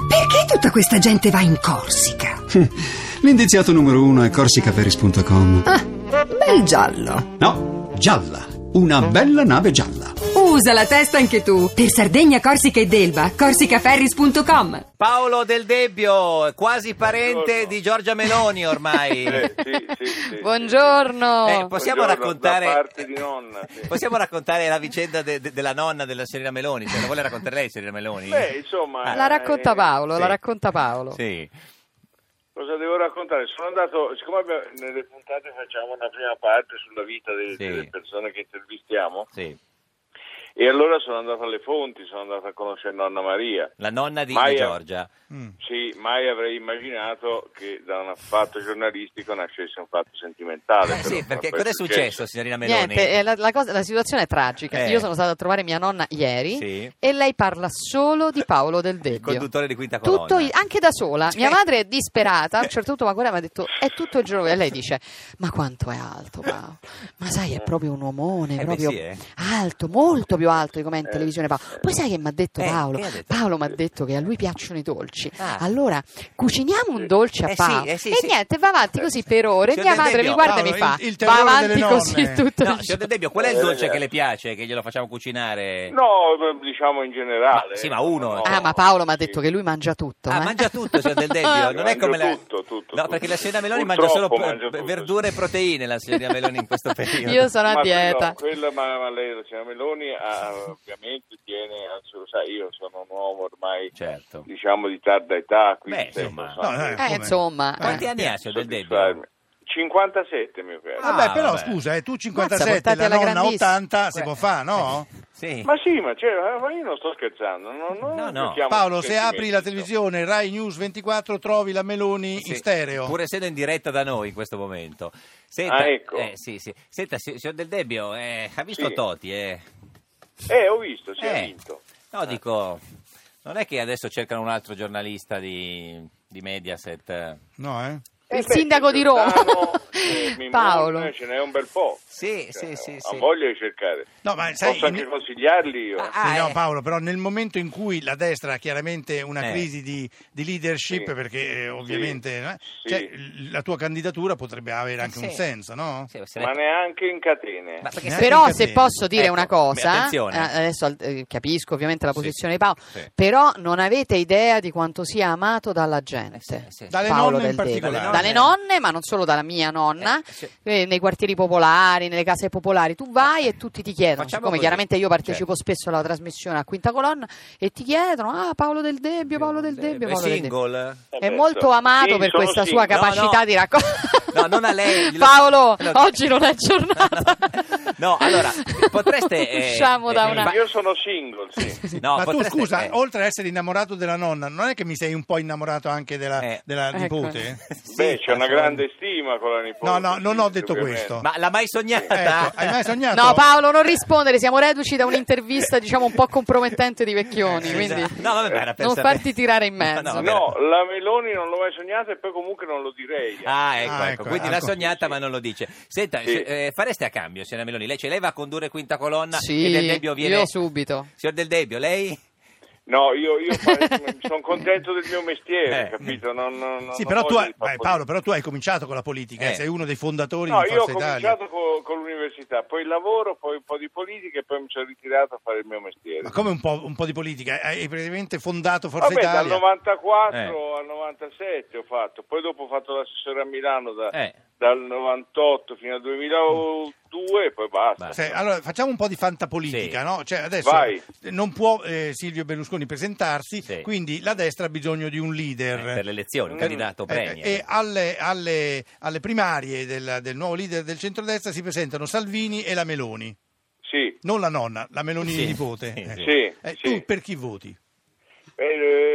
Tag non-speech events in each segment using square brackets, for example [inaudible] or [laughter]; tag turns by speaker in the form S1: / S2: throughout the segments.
S1: Perché tutta questa gente va in Corsica?
S2: [laughs] L'indiziato numero uno è corsicaveris.com.
S1: Ah, bel giallo.
S2: No, gialla. Una bella nave gialla.
S3: Usa la testa anche tu. Per Sardegna, Corsica ed Elba, corsicaferris.com.
S4: Paolo Del Debbio, quasi parente
S5: Buongiorno.
S4: di Giorgia Meloni ormai.
S5: [laughs] Eh, sì, sì, sì.
S6: Buongiorno.
S4: Eh, possiamo
S5: Buongiorno,
S4: raccontare
S5: da parte di nonna, sì.
S4: Possiamo raccontare la vicenda de- de- della nonna della Serena Meloni, cioè la vuole raccontare lei Serena Meloni?
S5: Beh, insomma...
S6: La racconta
S5: eh,
S6: Paolo,
S4: sì.
S6: la racconta Paolo.
S4: Sì.
S5: Cosa devo raccontare? Sono andato, siccome abbiamo- nelle puntate facciamo una prima parte sulla vita de-
S4: Sì.
S5: delle persone che intervistiamo,
S4: Sì.
S5: e allora sono andato alle fonti, sono andato a conoscere nonna Maria.
S4: La nonna di
S5: Maia.
S4: Giorgia.
S5: Sì, mai avrei immaginato che da un fatto giornalistico nascesse un fatto sentimentale.
S4: Eh,
S5: però
S4: sì, perché
S5: poi
S4: cosa è successo, signorina Meloni?
S6: Niente, eh, la, la cosa- la situazione è tragica.
S4: Eh.
S6: Io sono stata a trovare mia nonna ieri
S4: Sì.
S6: e lei parla solo di Paolo Del
S4: Il
S6: Debbio.
S4: conduttore di quinta colonna.
S6: Tutto il- anche da sola,
S4: Cioè-
S6: mia madre è disperata.
S4: [laughs]
S6: A un certo punto, ma guarda, mi ha detto: È tutto il giorno. E lei dice: Ma quanto è alto, Paolo? Ma sai, è proprio un uomone,
S4: Eh, beh,
S6: proprio
S4: sì, eh.
S6: alto, molto più alto di come è in televisione. Paolo. Poi sai che mi ha detto
S4: Eh,
S6: Paolo?
S4: che ha detto?
S6: Paolo mi ha detto che a lui piacciono i dolci.
S4: Ah.
S6: Allora cuciniamo un dolce a
S4: Eh sì,
S6: Paolo.
S4: eh sì, Cioè,
S6: e
S4: sì.
S6: niente, va avanti così per ore.
S4: Signor
S6: mia
S4: Del
S6: madre
S4: Debbio,
S6: mi guarda e mi
S7: Paolo,
S6: fa:
S7: il- il
S6: Va
S7: terrore
S6: avanti
S7: delle
S6: così
S7: nonne."
S6: tutto il
S4: No,
S6: giorno.
S4: signor De Debbio, qual è il
S5: Eh,
S4: dolce che le piace, che glielo facciamo cucinare?
S5: No, ma diciamo in generale.
S4: Ma- sì, ma uno, eh.
S5: No,
S6: Ah, ma Paolo mi ha detto che lui mangia tutto.
S4: Ah,
S6: eh.
S4: mangia tutto, signor
S6: [laughs]
S4: Del Debbio. Non è
S5: Eh, Mangio
S4: come la...
S5: tutto, tutto,
S4: no,
S5: tutto.
S4: perché la signora Meloni mangia solo
S5: Purtroppo
S4: p-
S5: mangio tutto,
S4: verdure e proteine, la signora Meloni in
S7: [laughs]
S4: questo periodo.
S6: Io sono
S5: Ma
S6: a dieta.
S5: Quello, quello, ma, ma lei, la signora Meloni, ha- ovviamente tiene, al suo- sai, io sono un uomo ormai,
S4: Certo.
S5: diciamo, di tarda età, quindi
S4: Beh,
S5: sai,
S4: insomma.
S5: posso anche
S7: No,
S6: Eh, insomma,
S4: Quanti
S6: eh.
S4: anni ha, signor Del
S5: soddisfarmi.
S4: Debbio?
S5: 57 mio caro.
S4: Ah,
S7: vabbè, però
S4: vabbè.
S7: scusa, eh, tu
S6: Mazza,
S7: 57,
S6: portati
S7: la
S6: alla
S7: nonna
S6: grandissima.
S7: 80, si può fare, no?
S4: eh, Sì.
S5: Ma sì, ma, cioè, ma io non sto scherzando. Non, non
S4: No, no.
S5: giochiamo
S7: Paolo,
S5: sul
S7: se apri la
S5: sentimento.
S7: televisione Rai News 24 trovi la Meloni
S4: Sì,
S7: in stereo.
S4: Pur essendo in diretta da noi in questo momento. Senta,
S5: Ah, ecco.
S4: eh, sì, sì. Senta, si- signor Del Debbio, eh, ha visto
S5: Sì.
S4: Toti? Eh?
S5: Eh, ho visto, si
S4: Eh.
S5: è vinto.
S4: No, dico, non è che adesso cercano un altro giornalista di, di Mediaset? eh?
S7: No, eh?
S6: Il sindaco di Roma.
S5: Giordano,
S6: [laughs]
S5: eh, Mimone,
S6: Paolo.
S5: Ce n'è un bel po'.
S4: Sì, sì,
S5: Cioè,
S4: sì.
S5: Ho
S4: sì.
S5: voglia di cercare.
S7: No, ma sai,
S5: Posso anche
S7: in-
S5: consigliarli io.
S4: Ah,
S7: Sì, no,
S4: eh.
S7: Paolo, però nel momento in cui la destra ha chiaramente una
S4: Eh.
S7: crisi di, di leadership,
S5: Sì.
S7: perché eh, ovviamente eh,
S5: Sì.
S7: cioè, l- la tua candidatura potrebbe avere anche un
S4: Eh, Sì.
S7: senso, no?
S4: Sì, se ne-
S5: Ma neanche in catene.
S4: ma perché
S7: Eh,
S4: se-
S6: Però
S7: capito.
S6: se posso dire
S4: Ecco,
S6: una
S4: beh,
S6: cosa,
S4: attenzione.
S6: eh, adesso eh, capisco ovviamente la
S4: Sì,
S6: posizione di Paolo,
S4: sì.
S6: però non avete idea di quanto sia amato dalla gente.
S4: Eh, sì, sì.
S7: Dalle
S6: Paolo
S7: nonne in
S6: Del Debbio.
S7: particolare.
S6: Dalle nonne, ma non solo dalla mia nonna,
S4: Eh, sì.
S6: eh, nei quartieri popolari, nelle case popolari. Tu vai e tutti ti chiedono,
S4: Facciamo
S6: siccome
S4: così.
S6: chiaramente io partecipo
S4: Certo.
S6: spesso alla trasmissione a Quinta Colonna, e ti chiedono, ah Paolo Del Debbio, Paolo Del Debbio,
S4: È
S6: Paolo Del Debbio.
S4: single?
S6: È molto amato per questa sua
S4: No,
S6: capacità
S4: no.
S6: di raccontare.
S4: No, non a lei. glielo-
S6: Paolo,
S4: glielo-
S6: oggi non è giornata.
S4: [laughs] No, allora, potreste, eh,
S6: Usciamo da
S4: eh,
S6: una.
S5: Io sono single,
S4: [laughs]
S5: sì.
S4: No,
S7: Ma
S4: potreste-
S7: tu, scusa,
S4: eh,
S7: oltre ad essere innamorato della nonna, non è che mi sei un po' innamorato anche della,
S4: Eh.
S7: della
S6: Ecco.
S4: [laughs]
S7: nipote?
S4: sì,
S5: Beh, c'è una
S4: assolutamente.
S5: grande stima con la nipote.
S7: No, no, non ho
S5: sì,
S7: detto
S5: ovviamente.
S7: questo.
S4: Ma l'ha mai sognata?
S7: Ecco, hai mai sognato?
S6: No, Paolo, non rispondere, siamo reduci da un'intervista, diciamo, un po' compromettente di Vecchioni,
S4: Eh,
S6: quindi
S4: esatto. No, vabbè, ma era per
S6: non
S4: sapere.
S6: farti tirare in mezzo.
S4: No, no,
S5: No, la Meloni non l'ho mai sognata e poi comunque non lo direi. eh.
S4: Ah, ecco,
S7: Ah,
S4: ecco.
S7: ecco,
S4: Quindi l'ha
S7: ecco.
S4: sognata, ma non lo dice. Senta,
S5: Sì.
S4: se- eh, fareste a cambio, signora Meloni? Lei, cioè, lei va a condurre quinta colonna e Del
S6: Sì,
S4: Debbio viene.
S6: io subito.
S4: Signor Del Debbio, lei?
S5: No, io, io sono contento del mio mestiere,
S4: Eh.
S5: capito? Non- non- non
S7: Sì,
S5: ho
S7: però tu,
S5: voglia
S7: hai-
S5: di far
S7: beh, Paolo, però tu hai cominciato con la politica, eh,
S4: Eh.
S7: sei uno dei fondatori
S5: No,
S7: di
S5: io ho
S7: Forza Italia.
S5: cominciato co- con l'università, poi il lavoro, poi un po' di politica e poi mi sono ritirato a fare il mio mestiere.
S7: Ma come un po', un po' di politica? Hai praticamente fondato Forza
S5: Vabbè, dal
S7: Italia.
S4: Eh.
S5: 94 al 97 ho fatto, poi dopo ho fatto l'assessore a Milano da-
S4: Eh.
S5: dal 98 fino al 2002 e poi basta.
S7: Se- Cioè, allora, facciamo un po' di fantapolitica,
S4: Sì.
S7: no? Cioè, adesso
S5: Vai.
S7: non può eh, Silvio Berlusconi presentarsi,
S4: Sì.
S7: quindi la destra ha bisogno di un leader.
S4: Eh, per le elezioni, un
S5: Mm.
S4: candidato
S7: Eh,
S4: premio.
S7: e alle, alle- alle primarie del, del nuovo leader del centrodestra si presentano Salvini e la Meloni,
S5: Sì,
S7: non la nonna, la Meloni
S4: Sì.
S7: nipote.
S4: Sì,
S7: Eh.
S4: sì.
S5: Sì,
S7: Eh,
S5: sì.
S7: Tu per chi voti?
S5: Eh,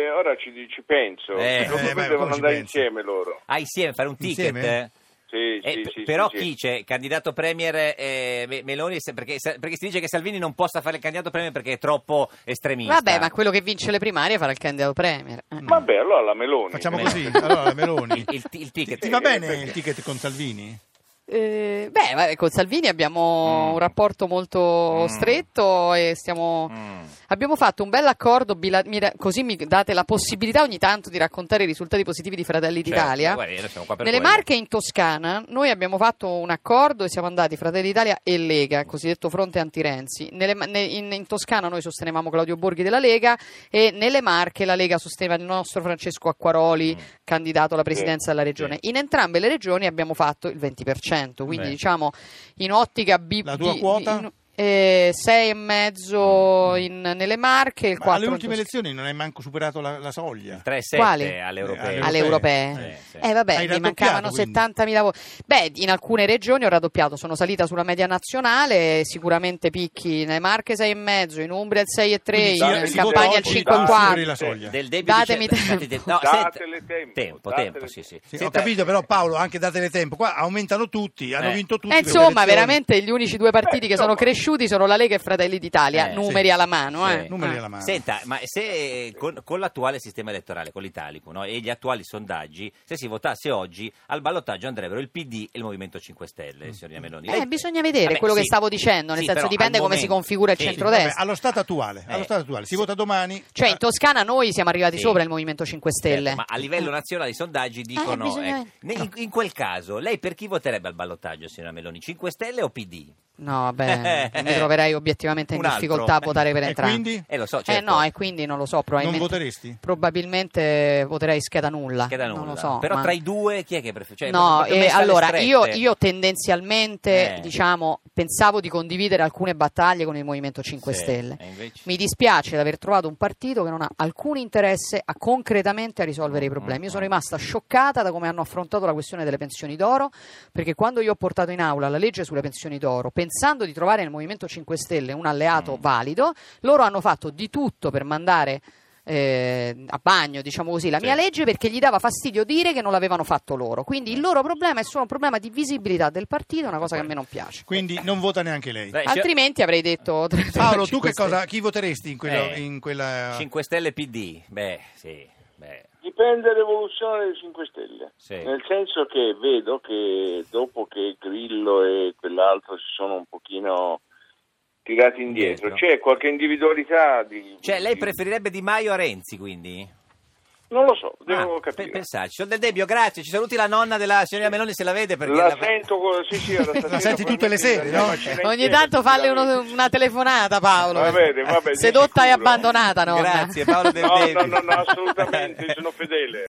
S5: eh, ora ci, ci penso,
S4: Eh.
S5: secondo me
S7: Eh, beh, come
S5: devono
S7: ci
S5: andare
S7: pensi?
S5: insieme loro.
S4: Ah, insieme, fare un ticket?
S7: Insieme?
S4: eh?
S5: Sì,
S4: Eh,
S5: sì,
S4: p-
S5: sì,
S4: però
S5: sì,
S4: chi
S5: sì.
S4: c'è? Candidato premier eh, Me- Meloni? se- Perché, se- perché si dice che Salvini non possa fare il candidato premier perché è troppo estremista.
S6: Vabbè, ma quello che vince le primarie farà il candidato premier. Eh.
S5: Vabbè, allora la Meloni.
S4: Eh.
S7: Facciamo
S4: Meloni.
S5: [laughs]
S7: così, allora la Meloni.
S4: Il, il- il ticket.
S7: Ti va
S5: Eh,
S7: bene
S5: perché?
S7: il ticket con Salvini?
S6: Eh, beh, vabbè, con Salvini abbiamo
S4: Mm.
S6: un rapporto molto
S4: Mm.
S6: stretto e stiamo...
S4: Mm.
S6: Abbiamo fatto un bel accordo, bila- mi ra- così mi date la possibilità ogni tanto di raccontare i risultati positivi di Fratelli
S4: Certo,
S6: d'Italia.
S4: guarda, noi siamo qua per
S6: Nelle
S4: quello.
S6: Marche in Toscana noi abbiamo fatto un accordo e siamo andati Fratelli d'Italia e Lega, cosiddetto fronte anti-Renzi. Nelle ma- ne- in, in Toscana noi sostenevamo Claudio Borghi della Lega e nelle Marche la Lega sosteneva il nostro Francesco
S4: Mm.
S6: Acquaroli, candidato alla presidenza della regione. In entrambe le regioni abbiamo fatto il 20%, quindi
S4: Beh.
S6: diciamo in ottica B.
S7: La tua
S6: di-
S7: quota?
S6: in- eh, sei e mezzo
S4: Mm.
S6: in- nelle Marche, il
S7: Ma alle
S6: 4 in Toscana.
S7: ultime elezioni non hai manco superato la, la soglia.
S4: 3-7
S6: Quali?
S4: all'europeo.
S6: alle europee.
S4: Sì, sì.
S6: Eh vabbè,
S7: Hai
S6: mi
S7: raddoppiato,
S6: mancavano
S7: quindi.
S6: 70.000 voti. Beh, in alcune regioni ho raddoppiato, sono salita sulla media nazionale, sicuramente picchi nelle Marche 6,5, in Umbria il 6,3,
S7: Quindi
S5: sì,
S6: in
S5: si
S6: Campania il
S5: voti, dai, superi
S6: 5,4.
S7: la soglia.
S4: Del debito
S6: Datemi
S4: dice-
S6: tempo.
S4: date- no,
S5: Datele
S4: senta-
S5: tempo,
S4: Tempo,
S5: datele-
S4: tempo, sì, sì.
S7: Sì, ho
S4: Senta,
S7: capito, però Paolo, anche datele tempo. Qua aumentano tutti, hanno
S4: Eh.
S7: vinto tutti.
S6: Eh,
S7: per
S6: insomma,
S7: le elezioni. Eh,
S6: veramente gli unici due partiti
S5: Beh,
S6: che sono
S5: insomma.
S6: cresciuti sono la Lega e Fratelli d'Italia,
S4: Eh,
S6: numeri
S7: sì.
S6: alla mano.
S4: Sì.
S6: eh.
S7: Numeri
S6: Eh.
S7: alla mano.
S4: Senta, ma se con, con l'attuale sistema elettorale, con l'Italico no, e gli attuali sondaggi, se si votasse oggi, al ballottaggio andrebbero il PD e il Movimento 5 Stelle, signorina Meloni.
S6: Eh,
S4: Lei-
S6: bisogna vedere
S4: Vabbè,
S6: quello che
S4: sì.
S6: stavo dicendo, nel
S4: Sì,
S6: senso
S4: però
S6: dipende
S4: al
S6: come si
S4: momento-
S6: configura il
S4: sì.
S6: centrodestra.
S7: Vabbè, allo stato attuale,
S4: Eh.
S7: allo stato attuale. Si vota domani.
S6: Cioè, in
S7: eh,
S6: Toscana noi siamo arrivati
S4: Sì.
S6: sopra il Movimento 5 Stelle. Eh,
S4: Certo, ma a livello nazionale i sondaggi dicono...
S6: bisogna-
S4: ecco, ne- in, in quel caso, lei per chi voterebbe al ballottaggio, signora Meloni? 5 Stelle o PD?
S6: No, vabbè,
S4: [laughs]
S6: mi troverei obiettivamente
S4: Eh.
S6: in
S4: Un altro.
S6: difficoltà a votare per
S7: e
S6: entrambi.
S7: quindi
S4: Eh, lo so,
S6: Eh
S4: certo.
S6: no, e quindi non lo so,
S7: non
S6: probabilmente,
S7: voteresti?
S6: probabilmente voterei scheda nulla.
S4: Che da nulla.
S6: Non lo so.
S4: Però
S6: ma-
S4: tra i due chi è che preferisce? Cioè,
S6: no,
S4: proprio
S6: eh,
S4: messa alle
S6: allora io,
S4: strette.
S6: io tendenzialmente
S4: Eh.
S6: diciamo, pensavo di condividere alcune battaglie con il Movimento 5
S4: Sì,
S6: Stelle.
S4: e invece?
S6: Mi dispiace di aver trovato un partito che non ha alcun interesse a concretamente a risolvere i problemi. Io sono rimasta scioccata da come hanno affrontato la questione delle pensioni d'oro, perché quando io ho portato in aula la legge sulle pensioni d'oro, pensando di trovare nel Movimento 5 Stelle un alleato
S7: Mm.
S6: valido, loro hanno fatto di tutto per mandare eh, a bagno, diciamo così, la
S4: Sì.
S6: mia legge perché gli dava fastidio dire che non l'avevano fatto loro. Quindi il loro problema è solo un problema di visibilità del partito, una cosa che a me non piace.
S7: Quindi non vota neanche lei.
S4: Beh, signor-
S6: Altrimenti avrei detto
S7: Cioè, eh,
S6: [laughs]
S7: Paolo, tu
S6: 5
S7: che cosa, chi voteresti in quella...
S4: Eh,
S7: in quella-
S4: 5 Stelle PD, beh, sì, beh,
S5: Dipende l'evoluzione dei 5 Stelle,
S4: Sì.
S5: nel senso che vedo che dopo che Grillo e quell'altro si sono un pochino tirati indietro,
S4: Indietro.
S5: c'è qualche individualità di...
S4: Cioè, lei
S5: di-
S4: preferirebbe Di Maio a Renzi, quindi?
S5: Non lo so, devo
S4: Ah,
S5: capire.
S4: pe- pensarci. Sono del Debbio, grazie. Ci saluti la nonna della signora Meloni se la vede perché
S5: la,
S4: la-
S5: sento, co- sì,
S7: [laughs]
S5: sì,
S7: La senti tutte le sere, no?
S6: Ogni tanto falle uno- una telefonata, Paolo.
S5: Va bene, va bene,
S6: Sedotta e
S5: sicuro.
S6: abbandonata, nonna.
S4: Grazie, Paolo Del
S5: No,
S4: Debbio.
S5: no, no, no, assolutamente, sono fedele.